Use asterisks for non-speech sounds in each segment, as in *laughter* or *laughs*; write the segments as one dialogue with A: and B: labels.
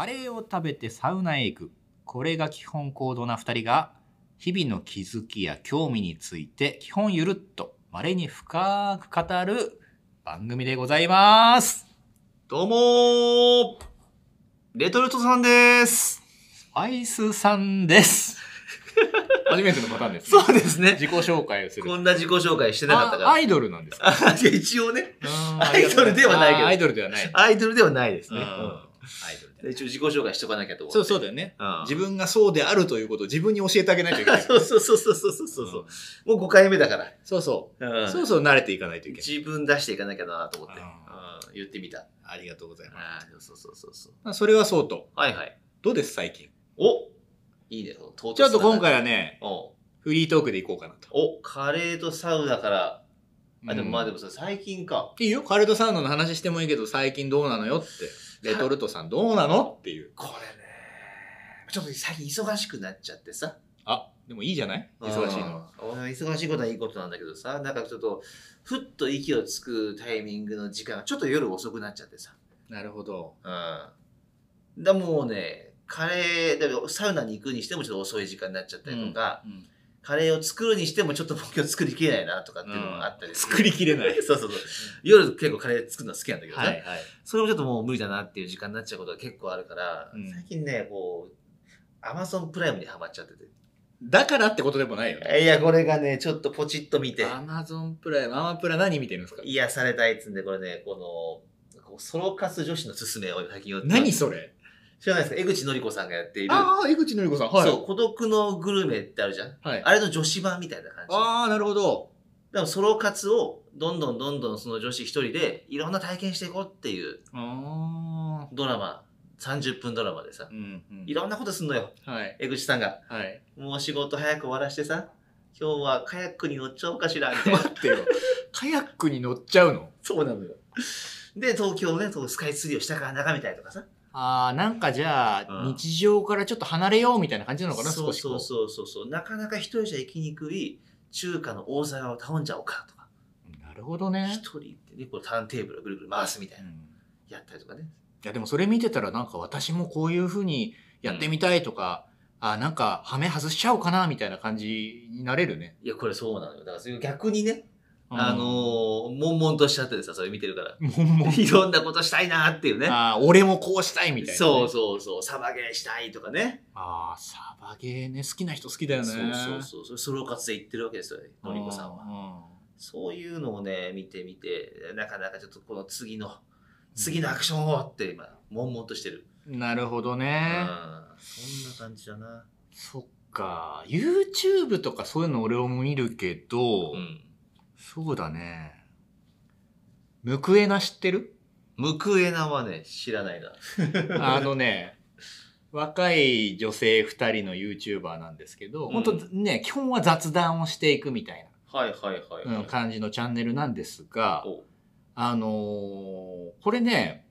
A: カレーを食べてサウナへ行く。これが基本行動な2人が、日々の気づきや興味について、基本ゆるっと、稀に深く語る番組でございます。
B: どうもーレトルトさんです
A: アイスさんです。 *laughs* 初めてのパターンですね、
B: そうですね。
A: 自己紹介をする
B: こ。んな自己紹介してなかった
A: あア
B: か。
A: イドルなんですから
B: あいや *laughs* 一応ね、
A: うん
B: アイドルではないけど
A: あアイドルではない。
B: アイドルではないですね。
A: う
B: うんん
A: アイドルではない
B: で一応自己紹介しとかなきゃと思って。
A: そう、そうだよね。
B: うん
A: 自分がそうであるということを自分に教えてあげないといけな
B: あ
A: い。
B: そう *laughs* そうそうそうそうそうそう、
A: ん
B: もう5回目だから。
A: そうそうう。
B: ん
A: そろそろ慣れていかないといけない。
B: 自分出していかなきゃなと思って、
A: う
B: うんん言ってみた。
A: ありがとうございます。
B: あーそうそうそうそう。
A: まあそれはそうと。
B: はいはい。
A: どうです、最近。
B: おいいね、その唐突
A: ちょっと今
B: な
A: 回はね、
B: お
A: フリートークでいこうかなと。
B: お、カレーとサウナから。あ、でもまあで
A: も。
B: もそれ最近か。
A: いいよ。カルトサウンドの話してもいいけど、最近どうなのよって。レトルトさんどうなのっていう。
B: これね、ちょっと最近忙しくなっちゃってさ。
A: あ、でもいいじゃない忙しいのは。
B: うん。俺は忙しいことはいいことなんだけどさ、なんかちょっと、ふっと息をつくタイミングの時間がちょっと夜遅くなっちゃってさ。
A: なるほど。
B: うん。だもうね、カレー、だけどサウナに行くにしてもちょっと遅い時間になっちゃったりとか、
A: うん
B: カレーを作るにしてもちょっと僕今日作りきれないなとかっていうのがあったりする
A: 作りきれない。
B: そうそうそう。夜結構カレー作るの好きなんだけどさ。
A: はいはい。
B: それもちょっともう無理だなっていう時間になっちゃうことが結構あるから、
A: うん
B: 最近ね、こう、アマゾンプライムにハマっちゃってて。
A: だからってことでもないよね。
B: いや、これがね、ちょっとポチッと見て、
A: アマゾンプライム、アマプラ何見てるんですか
B: 癒されたいっつうんで、これね、この、こうソロ活女子のすすめを最近よ
A: 何
B: 知
A: それ
B: らないですか江口のり子さんがやっている、
A: ああ、江口のりこさん。はい。
B: そう、孤独のグルメってあるじゃん。
A: はい。
B: あれの女子版みたいな感じ。
A: ああ、なるほど。
B: でもソロ活をどんどんどんどんその女子一人でいろんな体験していこうっていう
A: ああ。
B: ドラマ、30分ドラマでさ
A: う、ん、うん
B: いろんなことすんのよ、
A: はい。
B: 江口さんが。 *laughs*
A: はい。
B: もう仕事早く終わらしてさ、今日はカヤックに乗っちゃおうかしら、みたい
A: *laughs*
B: な。
A: 待ってよ。カヤックに乗っちゃうの
B: そうなのよ。で、東京ね、そうスカイツリーを下から眺めたりとかさ。
A: ああ、なんかじゃあ、
B: うん
A: 日常からちょっと離れようみたいな感じなのかな、
B: そ
A: 少
B: う
A: しこ
B: そうそうそうそう。なかなか一人じゃ行きにくい中華の大皿を頼んじゃおうかとか。
A: なるほどね
B: 一。人でね、こうターンテーブルをぐるぐる回すみたいうな。
A: ん
B: やったりとかね。
A: いや、でもそれ見てたらなんか私もこういう風にやってみたいとか、あーなんかハメ外しちゃおうかな、みたいな感じになれるね。
B: いや、これそうなのよ。だからそれ逆にね、
A: うん
B: あのー、悶々としちゃっててさ、それ見てるから。
A: もんもん。
B: いろんなことしたいなーっていうね。
A: ああ、俺もこうしたいみたいなね、
B: そうそうそう。サバゲーしたいとかね。
A: ああ、サバゲーね、好きな人好きだよね。
B: そうそうそうそう。ソロ活で行ってるわけですよ、のりこさんは。
A: は。
B: そういうのをね、見てみて、なかなかちょっとこの次の、次のアクションをって今、悶々としてる。
A: うんなるほど
B: うん
A: ね。
B: そんな感じだな。
A: そっか。YouTube とかそういうの俺も見るけど、
B: うん。
A: そうだね。ムクエナ知ってる
B: ムクエナはね、知らないな。
A: あのね、若い女性2人の YouTuber なんですけど、
B: う
A: 本
B: ん
A: 当ね、基本は雑談をしていくみたい
B: はいはいはい、
A: なうん感じのチャンネルなんですが、
B: お
A: あのーこれね、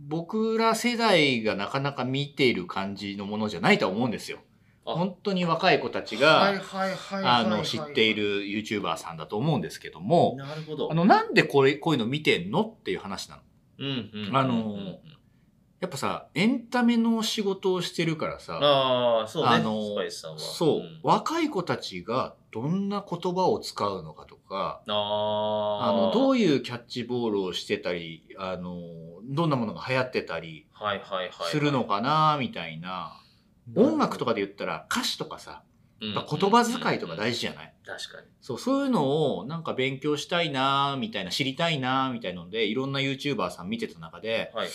A: 僕ら世代がなかなか見ている感じのものじゃないとは思うんですよ。
B: あ
A: 本当に若い子たち
B: はい
A: が、
B: はいはいはいはい
A: あの、知ってい。る YouTuber さんだと思うんですけども、
B: なるほど。
A: あの、なんでこれ、こういうの見てんのっていう話なの。
B: うんうんうんうん、
A: あのやっぱさ、エンタメの仕事をしてるからさ、
B: ああ、そうね、
A: あの
B: スパイスさんは。
A: そう、
B: ん
A: 若い子たちがどんな言葉を使うのかとか、あ
B: あ
A: の、ど
B: う
A: ういうキャッチボールをしてたり、あの、どんなものが流行ってたり
B: はいはいはい。
A: するのかな、みたいな。音楽とかで言ったら歌詞とかさ、
B: うん、
A: やっぱ言葉遣いとか大事
B: 事。
A: じゃない
B: 確かに。
A: そう、そういうのをなんか勉強したいな、みたいな、知りたいな、みたいなので、いろんな YouTuber さん見てた中で、
B: はいはい。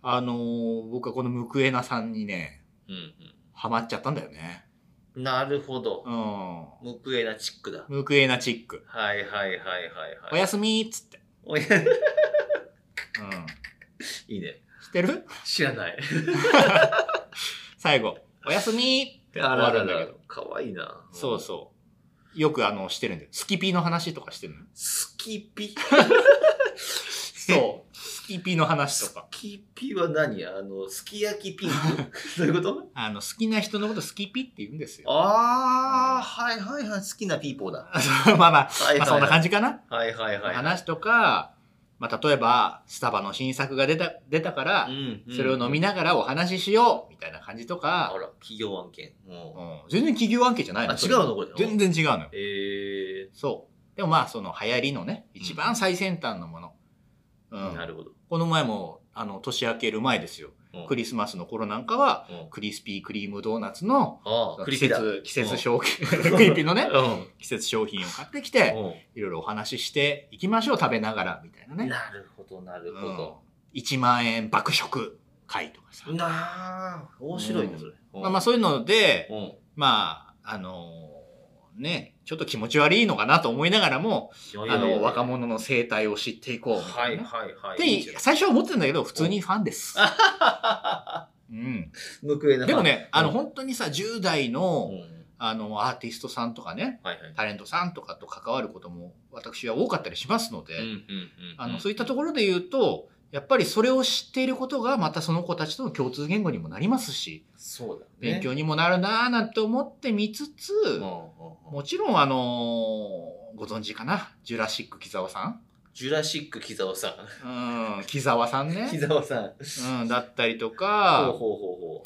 A: あのー僕はこのムクエナさんにね、
B: うん
A: ハマっちゃったんだよね。
B: うん。なるほど。
A: うん。
B: ムクエナチックだ。
A: ムクエナチック。
B: はいはいはいはい
A: お
B: はい。
A: やすみっつって。
B: おや
A: うん。
B: いいね。
A: 知ってる
B: 知ら
A: *laughs*
B: ない。
A: 最後。おやすみって終
B: あ
A: わ
B: ら
A: る
B: ら
A: んだけ
B: ら
A: ど。。
B: かわいいな。
A: そう
B: うん。
A: そう。よくあの、してるんだよ。スキピーの話とかしてるの
B: スキピ
A: そう。スキピーの話
B: ス
A: とか。
B: キピは何あの、すき焼
A: *laughs*
B: きピンクどういうこと
A: あの、好きな人のことスキピって言うんですよ。
B: ああ、はいはいはい。好きなピーポーだ。
A: *laughs* まあまあ、
B: はい
A: ま
B: は
A: あ
B: い
A: そんな
B: は
A: 感
B: い。
A: じかな。
B: はいはいはい。
A: 話とか、まあ、例えば、スタバの新作が出た、出たから、
B: うん
A: それを飲み
B: な
A: ながらお話ししようみたいな感じと
B: あ
A: か、
B: ら、企業案件。も
A: うん全然企業案件じゃ
B: う
A: ない
B: あ、
A: の
B: 違
A: そうれ
B: のこれ。
A: 全然違うのよ。
B: え
A: そう。でもまあ、その流行りのね、一番最先端のもの。う。
B: ー、なんるほど。
A: この前も、あの、年明ける前ですよ
B: うん。
A: クリスマスの頃なんかは、
B: うん
A: クリスピークリームドーナツの、
B: ああ、ク
A: 季
B: リティだ。
A: 節、季節商品、
B: *laughs*
A: クリピのね、
B: う
A: 季節商品を買ってきて、
B: ん。
A: いろいろお話ししていきましょう、食べながら、みたいなね。
B: なるほど、なるほど。
A: うん、1万円爆食会とかさ。
B: なあ、面白いね、それ。
A: まあまあそういうので、
B: うん。
A: まあ、あのーね、ちょっと気持ち悪いのかなと思いながらも、あの、若者の生態を知っていこうみ
B: は
A: たい
B: い
A: なね。
B: はいはい。
A: で、最初は思ってたんだけど、普通にファンです。うん。
B: ぬくえな。
A: でも、ね、
B: うん
A: あの、本当にさ、10代
B: う
A: の、
B: ん。
A: あの、アーティストさんとかね、
B: はいはい。
A: タレントさんとかと関わることも、私は多かったりしますので、
B: うんうんうん。
A: あの、そういった
B: と
A: ところで言うと、やっぱりそれを知っていることが、またその子たちとの共通言語にもなりますし、
B: そうだね。
A: 勉強にもなるなぁなんて思って見つつ、
B: うんうんうん。
A: もちろんあのーご存知かなジュラシック木沢さん
B: ジュラシック木沢さ
A: うん、木沢さん
B: ん。木
A: ね。
B: 沢さん。
A: うん、だったりと
B: ほう
A: か、
B: ほうほうほ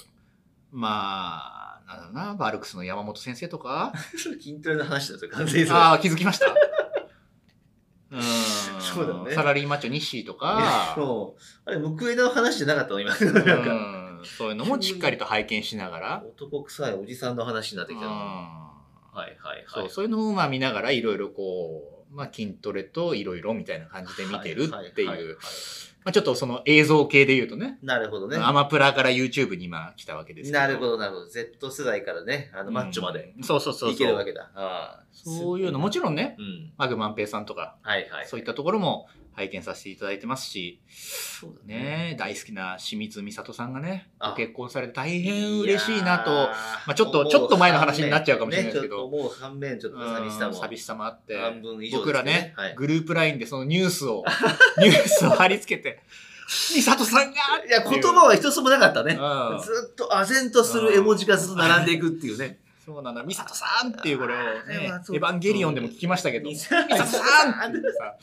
A: まあ、なんだろうな、バルクスの山本先生とか、
B: う。それ筋トレの話だと完全にそれ
A: ああ、気づきま
B: *laughs*
A: した。うん、
B: そうだね
A: サラリーマッチョニッシーと
B: いや
A: か、
B: そうあれ、ムクエダの話じゃなかったの今。
A: う
B: なんか、
A: ん、そういうのもしっかりと拝見しながら、
B: 男臭いおじさんの話になって
A: う
B: きたの。は
A: ん
B: いはいはい。
A: そう、そういうのをまあ見ながらいろいろこう、まあ筋トレといろいろみたいな感じで見てるって
B: ははは
A: いう
B: は。
A: まあちょっとその映像系で言うとね、
B: なるほどね。
A: アマプラから YouTube に今来たわけですけ
B: なるほど、なるほど。Z 世代からね、あの、マッチョまで。
A: うんそうそうそうそう。
B: いけるわけだ。ああ
A: そういうの、もちろんね、
B: ろん。うん。
A: マグマンペイさんとか、
B: はいはい。
A: そういったところも拝見させていただいてますし、
B: そうだね。
A: ね、大好きな清水美里さんがね、
B: あ
A: ご結婚されて大変嬉しいなと、
B: ま
A: まあちょっとちょっと前の話になっちゃうかもしれないですけど
B: ね、ちょっともう反面、ちょっと寂しさ
A: うん
B: も。
A: 寂しさもあって、
B: 半分以上ですね
A: 僕らね、
B: はい
A: グループラインでそのニュースを、 *laughs* ニュースを貼り付けて、美里さんが
B: いや、言葉は一つもなかったね。
A: うん
B: ずっと唖然とする絵文字がずっと並んでいくっていうね。
A: そうなんだ、美里さんっていうこれを、
B: あれ
A: ね、エ
B: はそう
A: ヴァンゲリオンでも聞きましたけど、
B: うん
A: 美里さんっていうさ、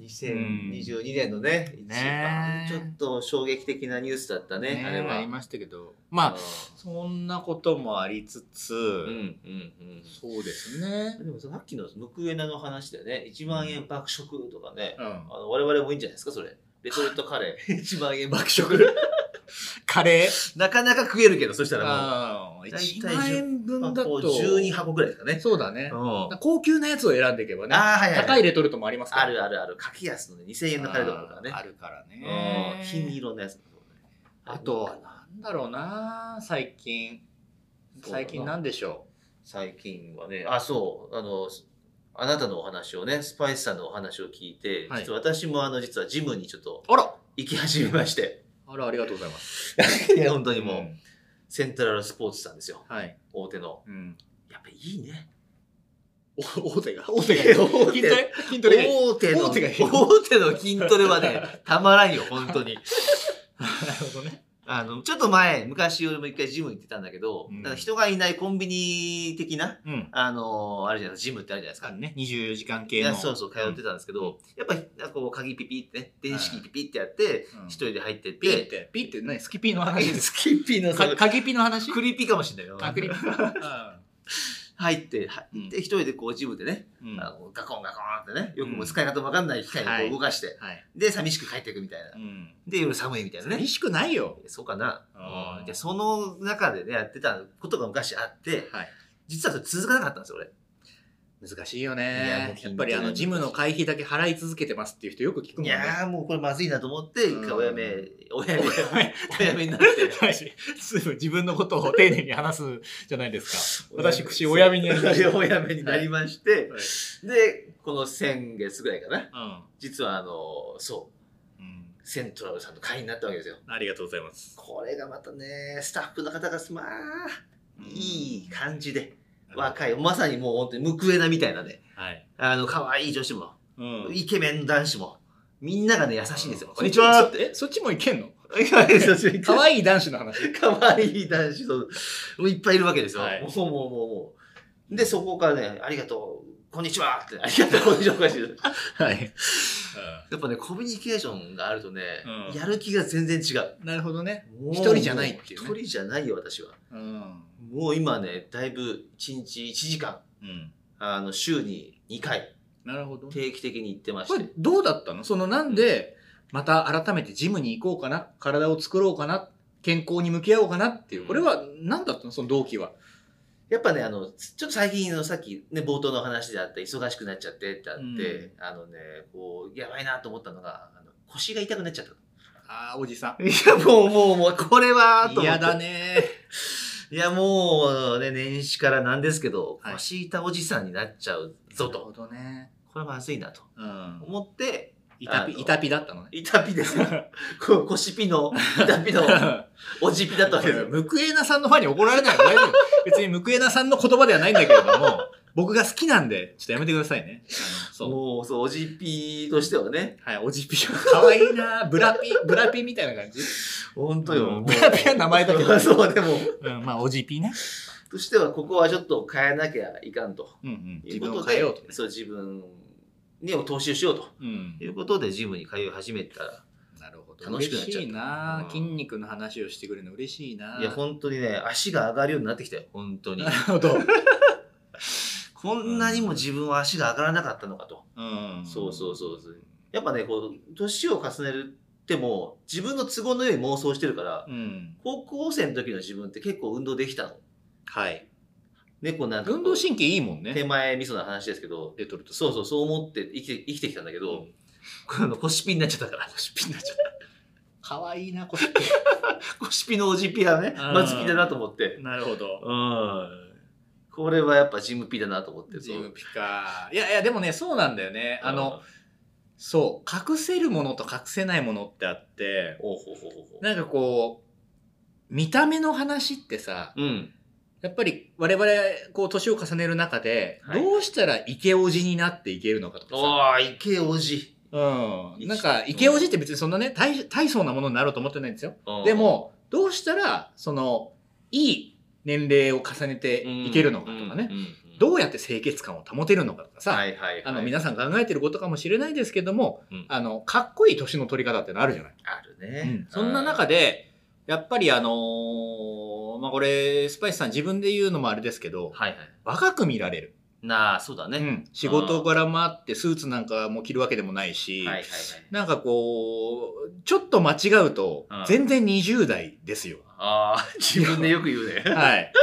B: 2022年のね、一番
A: ね
B: ちょっと衝撃的なニュースだったね、
A: ね
B: あれ
A: あ
B: は
A: り。ましたけど、まあ、
B: う
A: そんなこともありつつ、
B: んうんうん
A: そうですね
B: う。ん。でもさっきのムクエナの話でね、1万円爆食とかね、
A: うん
B: あの我々もいいんじゃないですか、それ。レトルトカレ
A: *laughs*
B: ー、1万円爆食。
A: カレー、
B: *laughs* なかなか食えるけど、そしたらもう。
A: あー
B: 大体
A: 1万円分
B: まあ、
A: だ、
B: ことう12箱ぐらいですかね。
A: そうだね。
B: うん
A: 高級なやつを選んでいけばね、
B: あーはいはいはい
A: 高いレトルトもありますから
B: あるあるある。かき安のね、2000円のカレーとかあるからね。
A: あるから
B: うん
A: ね。
B: 金色のやつ。
A: あと、なんだろうな、最近。
B: そうだな
A: 最近なんでしょ
B: 最近はね、あ、そう、あの、あなたのお話をね、スパイスさんのお話を聞いて、
A: はい
B: ちょっと私もあの、実はジムにちょっと
A: う。あら
B: 行き始め
A: *laughs*
B: まして、
A: あら、ありがとうございます。
B: いや、本当にもう、
A: ん
B: セントラルスポーツさんですよ、
A: はい。
B: 大手の。
A: うん。
B: やっぱいいね。
A: お大手が。大
B: 手が
A: 筋ト
B: 大手
A: レ筋トレがいい
B: 大手の、
A: 大手がいい
B: 大手の筋トレはね、たまらんよ、本当に。
A: なるほどね。
B: あの、ちょっと前、昔俺も一回ジム行ってたんだけど、
A: うん
B: なんか人がいないコンビニ的な、
A: うん。
B: あの、あるじゃないですか、ジムってあるじゃないですか。
A: ね、24時間
B: い
A: 系
B: や
A: の。
B: そうそう、通ってたんですけど、やっぱり、なんかこう、鍵ピピってね、電子機ピピってやって、
A: うん
B: 一人で入ってって、
A: ピーって、ピーって何スキピーの話です。
B: スキッピー *laughs* のそ
A: か *laughs*
B: の、
A: 鍵ピーの話
B: クリピーかもしれないよ。
A: あクリピー。
B: 入って、は
A: うん
B: で、一人でこう、ジムでね、
A: うん。
B: あ
A: は
B: のガコンガコンってね、よくもう使い方もわかんない機械をこう動かして、
A: い。
B: で、寂しく帰っていくみたいな
A: う。ん。
B: で、夜寒いみたいなね
A: 寂。しくないよ。
B: そうかな
A: あ。ー
B: で、その中でね、やってたことが昔あって、
A: はい。
B: 実はそれ続かなかったんですよ、俺。
A: 難しいよ
B: いやも
A: ね。
B: う
A: や
B: 筋トレ
A: っぱりあの、ジムの会費だけ払い続けてますっていう人よく聞くもん
B: い
A: ね。
B: やー、もうこれまずいなと思って、一回おやめ
A: う、
B: お
A: *laughs*
B: やめ、おやめになっ
A: 大事すぐ自分のことを丁寧に話すじゃないです *laughs*
B: て。
A: 私口おやめになりました
B: おやめになりまして、
A: か。
B: で、この先月ぐらいかな。
A: うん
B: 実はあの、そ
A: う
B: う、
A: ん。
B: セントラルさんの会員になったわけですよ。
A: ありがとうございます。
B: これがまたね、スタッフの方が、まあ、いい感じで、若
A: い。
B: い、まさにもう本当にムクエナみたいなね、
A: はい。
B: あの、可愛い女子も、
A: うん。
B: イケメンの男子も、みんながね、優しいんですよ。
A: う
B: こんにちはって。
A: え、そっちもいけんの
B: 可
A: 可愛い男子の話。
B: 愛い男子と、もういっぱいいるわけですよ。
A: はい
B: もうもうもうもう。で、そこからね、ありがとう。こんにちはって、ありがとう、こんにちは、おかしい。や
A: *laughs* はい。
B: っぱね、コミュニケーションがあるとね、
A: うん
B: やる気が全然違う。
A: なるほどね。
B: もう
A: 一人じゃないっていうね
B: 一人じゃないよ、私は。
A: うん。
B: もう今ね、だいぶ1日1時間、
A: うん。
B: あの、週に2回、
A: なるほどね。
B: 定期的に行ってまし
A: こ
B: て。
A: れどうだったのそのなんで、また改めてジムに行こうかな、体を作ろうかな、健康に向き合おうかなっていう、これは何だったのその動機は。
B: やっぱね、あの、ちょっと最近のさっきね、冒頭の話であった、忙しくなっちゃってってあって、
A: うん
B: あのね、こう、やばいなと思ったのが、あの腰が痛くなっちゃったの。
A: ああ、おじさ
B: いや、 *laughs* もう、もう、もう、これは
A: ん。
B: と思っ
A: 嫌
B: て。
A: だ。ね。
B: いや、もう、ね、年始からなんですけど、
A: はい
B: 腰痛おじさんになっちゃうぞ *laughs*
A: なるほ
B: と。
A: どね。
B: これはまずいなと
A: うん。
B: 思って、
A: 痛
B: あの
A: ピ、痛ピだったのね。
B: 痛ピです *laughs* よ。こう腰ピの、痛 *laughs* ピの、おじピだったわ
A: *laughs*
B: けですよ。
A: ムクエナさんのファンに怒られないの大丈夫。別にムクエナさんの言葉ではないんだけれど
B: *laughs*
A: も、僕が好きなんで、ちょっとやめてくださいね。あのそう。
B: もう、そう、おじピとしてはね。
A: はい、おじぴよ。かわいいなブラピ、ブラピみたいな感じ。
B: 本当
A: うん
B: よ。
A: ブラ
B: *laughs*
A: ピは名前だけど
B: そう、でも、
A: うん、まあ、おじぴね。
B: としてはここはちょっと変えなきゃいかんと
A: うんうん。
B: い
A: 自
B: うこ
A: 分を
B: と
A: 変え
B: で
A: ようとね。
B: そう自分にも投資をしようと
A: うん
B: いうことでジムに通い始めたら、
A: なるほど。
B: 楽しくなっちゃった
A: 嬉しいな、
B: うん
A: 筋肉の話をしてくれるの嬉しいない
B: や本当にね足が上がるようになってきたよ本当に
A: なるほど。
B: こんなにも自分は足が上がらなかったのかと
A: うん
B: そうそうそうそうやっぱねこう年を重ねるっても自分の都合のよい妄想してるから
A: うん。
B: 高校生の時の自分って結構運動できたの
A: はい。
B: 猫なんかこう
A: 運動神経いいもんね。
B: 手前味噌な話ですけど
A: レトルト。
B: そうそうそう思って生きて生きてきたんだけど、
A: うん
B: この腰ピンになっちゃったから腰ピンになっちゃった
A: かわいいな、これ。
B: 腰ピのおじピはね、
A: うん
B: まずピ *laughs* だなと思って。
A: なるほど。
B: うん。これはやっぱジムピだなと思って。
A: ジムピカいやいやでもねそうなんだよね
B: そう
A: あの、、そう隠せるものと隠せないものってあって
B: おうほうほうほうほう。
A: なんかこう見た目の話ってさ
B: うん。
A: やっぱり我々こう年を重ねる中で、
B: はい
A: どうしたらイケオジになっていけるのかとかさ、
B: おー、イケおじ。
A: うん、なんかイケオジって別にそんなね大大層なものになろうと思ってないんですよで、もどうしたらそのいい年齢を重ねていけるのかとかね、
B: うん。うん
A: どうやって清潔感を保てるのかとかさ、
B: はいはいはい。
A: あの皆さん考えてることかもしれないですけども、
B: うん
A: あのかっこいい年の取り方ってのあるじゃない、
B: あるね。
A: そんな中
B: で、
A: でやっぱりあのーまあこれスパイスさん自分で言うのもあれですけど
B: はいはい。
A: 若く見られる、
B: なあ、そうだね。はい
A: 仕事柄もあってスーツなんかも着るわけでもないし、
B: はいはい。
A: なんかこうちょっと間違うと
B: うん
A: 全然20代ですよ、
B: ああ、自分でよく言うね。
A: はい *laughs*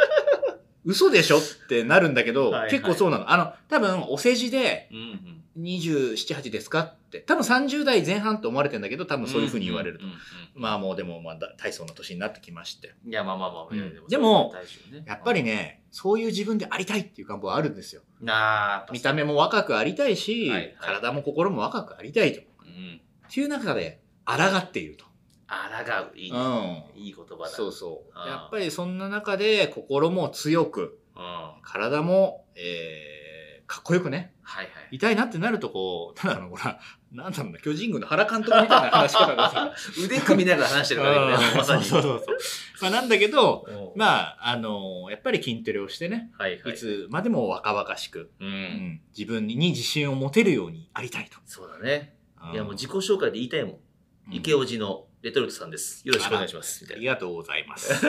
A: 嘘でしょってなるんだけど、
B: はいはい
A: 結構そうなのあの多分お世辞で
B: うんうん。
A: 278ですかって多分30代前半って思われてんだけど多分そういうふうに言われると、
B: うんうんうん
A: まあもうでもまあだ大層な年になってきまして
B: いや、まあまあまあ。いや
A: でも、
B: それは大事よね
A: やっぱり、ねそういう自分でありたいっていう願望はあるんですよ
B: なあ、やっぱ
A: 見た目も若くありたいし、
B: はいはい
A: 体も心も若くありたいと
B: うん。
A: っていう中で抗っていると、
B: あらがう。いいね。
A: うん
B: いい言葉だ。
A: そうそう
B: あー
A: やっぱりそんな中で心も強く
B: うん。は
A: 体も、えーかっこよくね
B: いはい。
A: 痛いなってなるとこうただのほら *laughs* なんだろうな巨人軍の原監督みたいな話し方が
B: *laughs*
A: さ
B: 腕組みながら話してるからね、まさに。
A: *laughs* そうそうそうそう。まあ、なんだけど、
B: うん
A: まあ、あのやっぱり筋トレをしてね、
B: はいはいい。
A: つまでも若々しく、う
B: う。
A: んん自分に自信を持てるようにありたいと。
B: そうだね。いや、もう自
A: 己、
B: 己紹介で言いたいもん。池おじのレトルトさんです。よろしくお願いします。み
A: あ
B: たい
A: り
B: な。
A: がとうござい *laughs* ます。い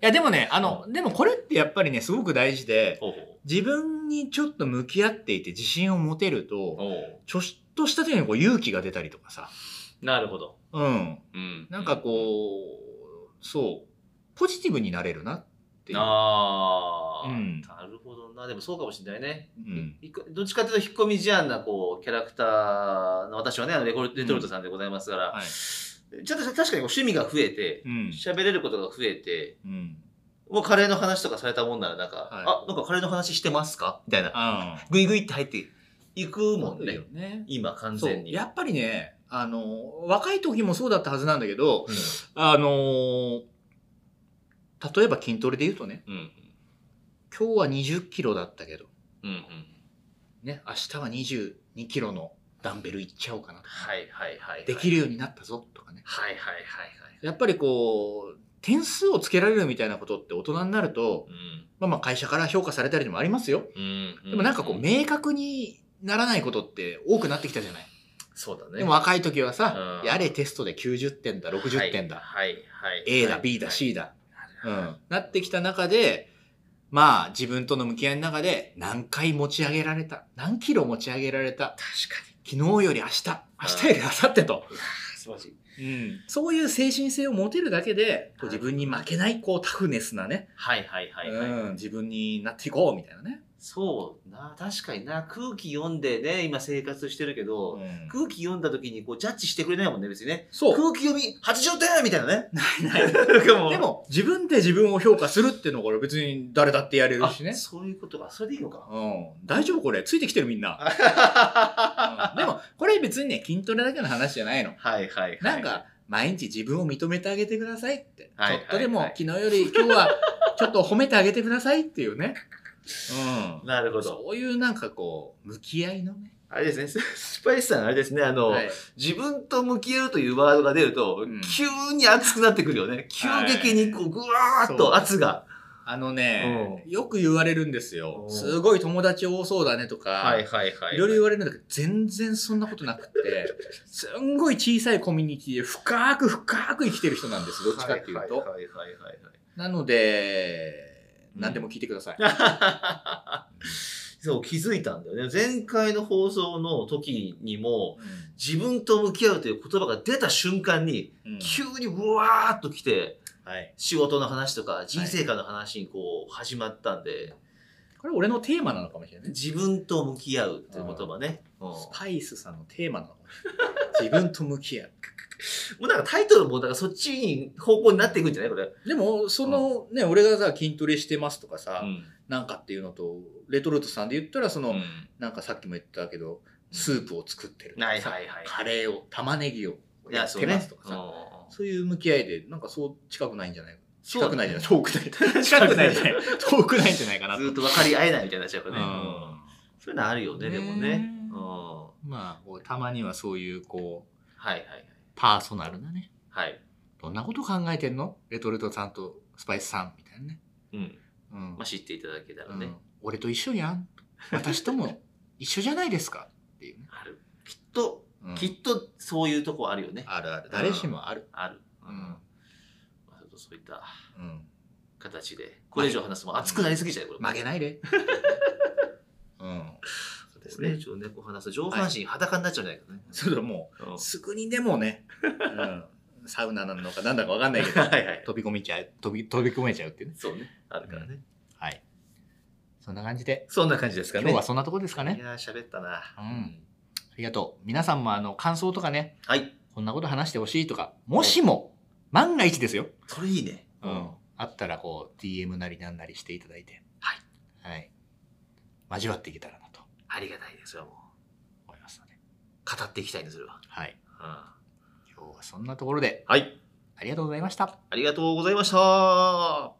A: や、でもね、あの、でもこれってやっぱりね、すごく大事で、
B: ほうほ
A: 自分にちょっと向き合っていて自信を持てる
B: う
A: と、
B: おう
A: ちょっとした時にこう勇気が出たりとかさ、
B: なるほど。
A: うん。
B: うん
A: なんかこう、そう、ポジティブになれるなっていう。
B: ああ、
A: うん
B: なるほどな。でもそうかもしれないね。
A: うん
B: いどっちかというと、引っ込み思案な、こう、キャラクターの、私はね、あのレコレトルトさんでございますから、
A: はい。
B: ちょっと確かに趣味が増えて
A: う、ん。
B: 喋れることが増えて、
A: うん。
B: もうカレーの話とかされたもんなら、なんか、
A: はい
B: あ、なんかカレーの話してますかみたいな。
A: あ
B: グイグイって入っていくもんね。
A: ね。
B: 今、完
A: そう
B: 全に。
A: やっぱりね、あの、若い時もそうだったはずなんだけど、
B: うん
A: あの、例えば筋トレで言うとね、
B: うん。
A: 今日は20キロだったけど、
B: うんうん。
A: ね、明日は22キロのダンベルいっちゃおうかな。
B: はいはいはいはい。
A: できる。ようになったぞ、とかね。
B: はいはいはいはい。
A: やっぱりこう、点数をつけられるみたいなことって大人になると、
B: うん。
A: まあまあ会社から評価されたりでもありますよ。
B: うん。
A: でもなんかこう、
B: う
A: 明確にならないことって多くなってきたじゃない。
B: そうだね。
A: でも若い時はさ、
B: うん
A: やれテストで90点だ、60点だ、
B: はい、はい。
A: A だ、B だ、
B: はい
A: C だ、う
B: はい
A: ん、なってきた中で、まあ自分との向き合いの中で何回持ち上げられた、何キロ持ち上げられた、
B: 確か
A: 昨日より明日、明日より明後日と、
B: に。素晴らしい。
A: うん、そういう精神性を持てるだけで、こう
B: はい
A: 自分に負けないこうタフネスなね、
B: はい、はい、はい、はい。
A: うん、自分になっていこうみたいなね。
B: そうな、確かにな、空気読んでね、今生活してるけど、
A: うん
B: 空気読んだ時にこうジャッジしてくれないもんね、別にね。
A: そう。
B: 空気読み80点みたいなね。
A: ないない。
B: で
A: で、も、自分で自分を評価するっていうのこれ別に誰だってやれる
B: あ
A: しね。
B: そういうことか、それでいいのか。
A: うん、大丈夫これついてきてるみん
B: *laughs*
A: な。うんで
B: は
A: も、これ別にね、筋トレだけの話じゃないの。
B: いはいはい。
A: なんか、毎日自分を認めてあげてくださいって。
B: はい
A: ちょっとでも、
B: はいはい
A: 昨日より今日は、ちょっと褒めてあげてくださいっていうね。
B: なる
A: う
B: ほ
A: ん。
B: ど。
A: そういうなんかこう、向き合いのね。
B: あれですね、ススパイスさん、あれですね、あの、
A: はい
B: 自分と向き合うというワードが出ると、
A: ん
B: 急に熱くなってくるよね。急激にこう、ぐわーっと圧が。
A: あのね、よく言われるんですよ。
B: お
A: すごい友達多そうだねとか、
B: はいはい
A: ろいろ言われるんだけど、全然そんなことなく
B: *laughs*
A: って、すんごい小さいコミュニティで深く深く生きてる人なんです、どっちかっていう
B: は
A: と。
B: いはいはいはいはい。
A: なので、
B: うん
A: 何でも聞いてください。
B: そう、気づいたんだよね。前回の放送の時にも、
A: う
B: 自分と向き合うという言葉が出た瞬間に、
A: んうん
B: 急にうわーっと来て、
A: はい。
B: 仕事の話とか人生観の話にこう始まったんで、
A: これ俺のテーマなのかもしれない。
B: 自分と向き合うっていう言葉ね。うん
A: スパイスさんのテーマなのかもしれない。自分と向き合う。
B: もうなんかタイトルもだからそっちに方向になっていくんじゃないこれ。
A: でも、そのね、俺がさ、筋トレしてますとかさ、
B: ん。
A: なんかっていうのと、レトルトさんで言ったら、その、なんかさっきも言ったけど、スープを作ってるとかさ
B: はいはいはい
A: カレーを、玉ねぎを
B: いや、
A: やっ
B: そう
A: て
B: ね。
A: ますとかさ、
B: うん
A: そういう向き合いで、なんかそう近くないんじゃない
B: そう
A: 近くないじゃない遠くない。近く
B: *laughs*
A: ないじゃない。遠くないんじゃないかなと。
B: ずーっと分かり合えないみたいになっちゃうか
A: う
B: らね。うん
A: ん
B: そういうのあるよね、でもね
A: ね。
B: うん。は
A: まあ、こうたまにはそういう、こう、
B: いはいはい。
A: パーソナルなね。
B: はい。
A: どんなこと考えてんのレトルトさんとスパイスさんみたいなね。
B: うん。
A: うん
B: まあ、知っていただけたら
A: う
B: ね
A: ん。俺と一緒やん。私とも一緒じゃないですかっていうね。
B: ある。きっと、
A: うん
B: きっとそういうとこあるよね。
A: あるある。誰しもある。
B: ある。
A: うん
B: まあちょっとそういった
A: うん
B: 形で、これ以上話すともう熱くなりすぎちゃうよ。これ
A: 負けない
B: *laughs*
A: で。うん。
B: そうですね。ちょっとね、こう話すと上半身裸になっちゃうんじゃないかね。
A: それともう、すぐにでもね、うん、サウナなのかなんだかわかんないけど、
B: はいはい。
A: 飛び込みちゃう、飛び、飛び込めちゃうっていうね。
B: そうね。あるからね。
A: はい。そんな感じで、
B: そんな感じですか
A: 今
B: ね。
A: 日はそんなとこですか
B: い
A: ね。
B: やー、喋ったな。
A: うん。ありがとう。皆さんもあの、感想とかね、
B: はい。
A: こんなこと話してほしいとか、もしも、万が一ですよ。
B: それいいね。
A: うん。あったら、こう、DM なりなんなりしていただいて。。
B: はい
A: はい。交わっていけたらなと
B: ありがたいですよ、も
A: 思いますので。
B: う。語っていきたいんです、それは。
A: はい。
B: うん
A: 今日はそんなところで、
B: はい。
A: ありがとうございました。
B: ありがとうございました。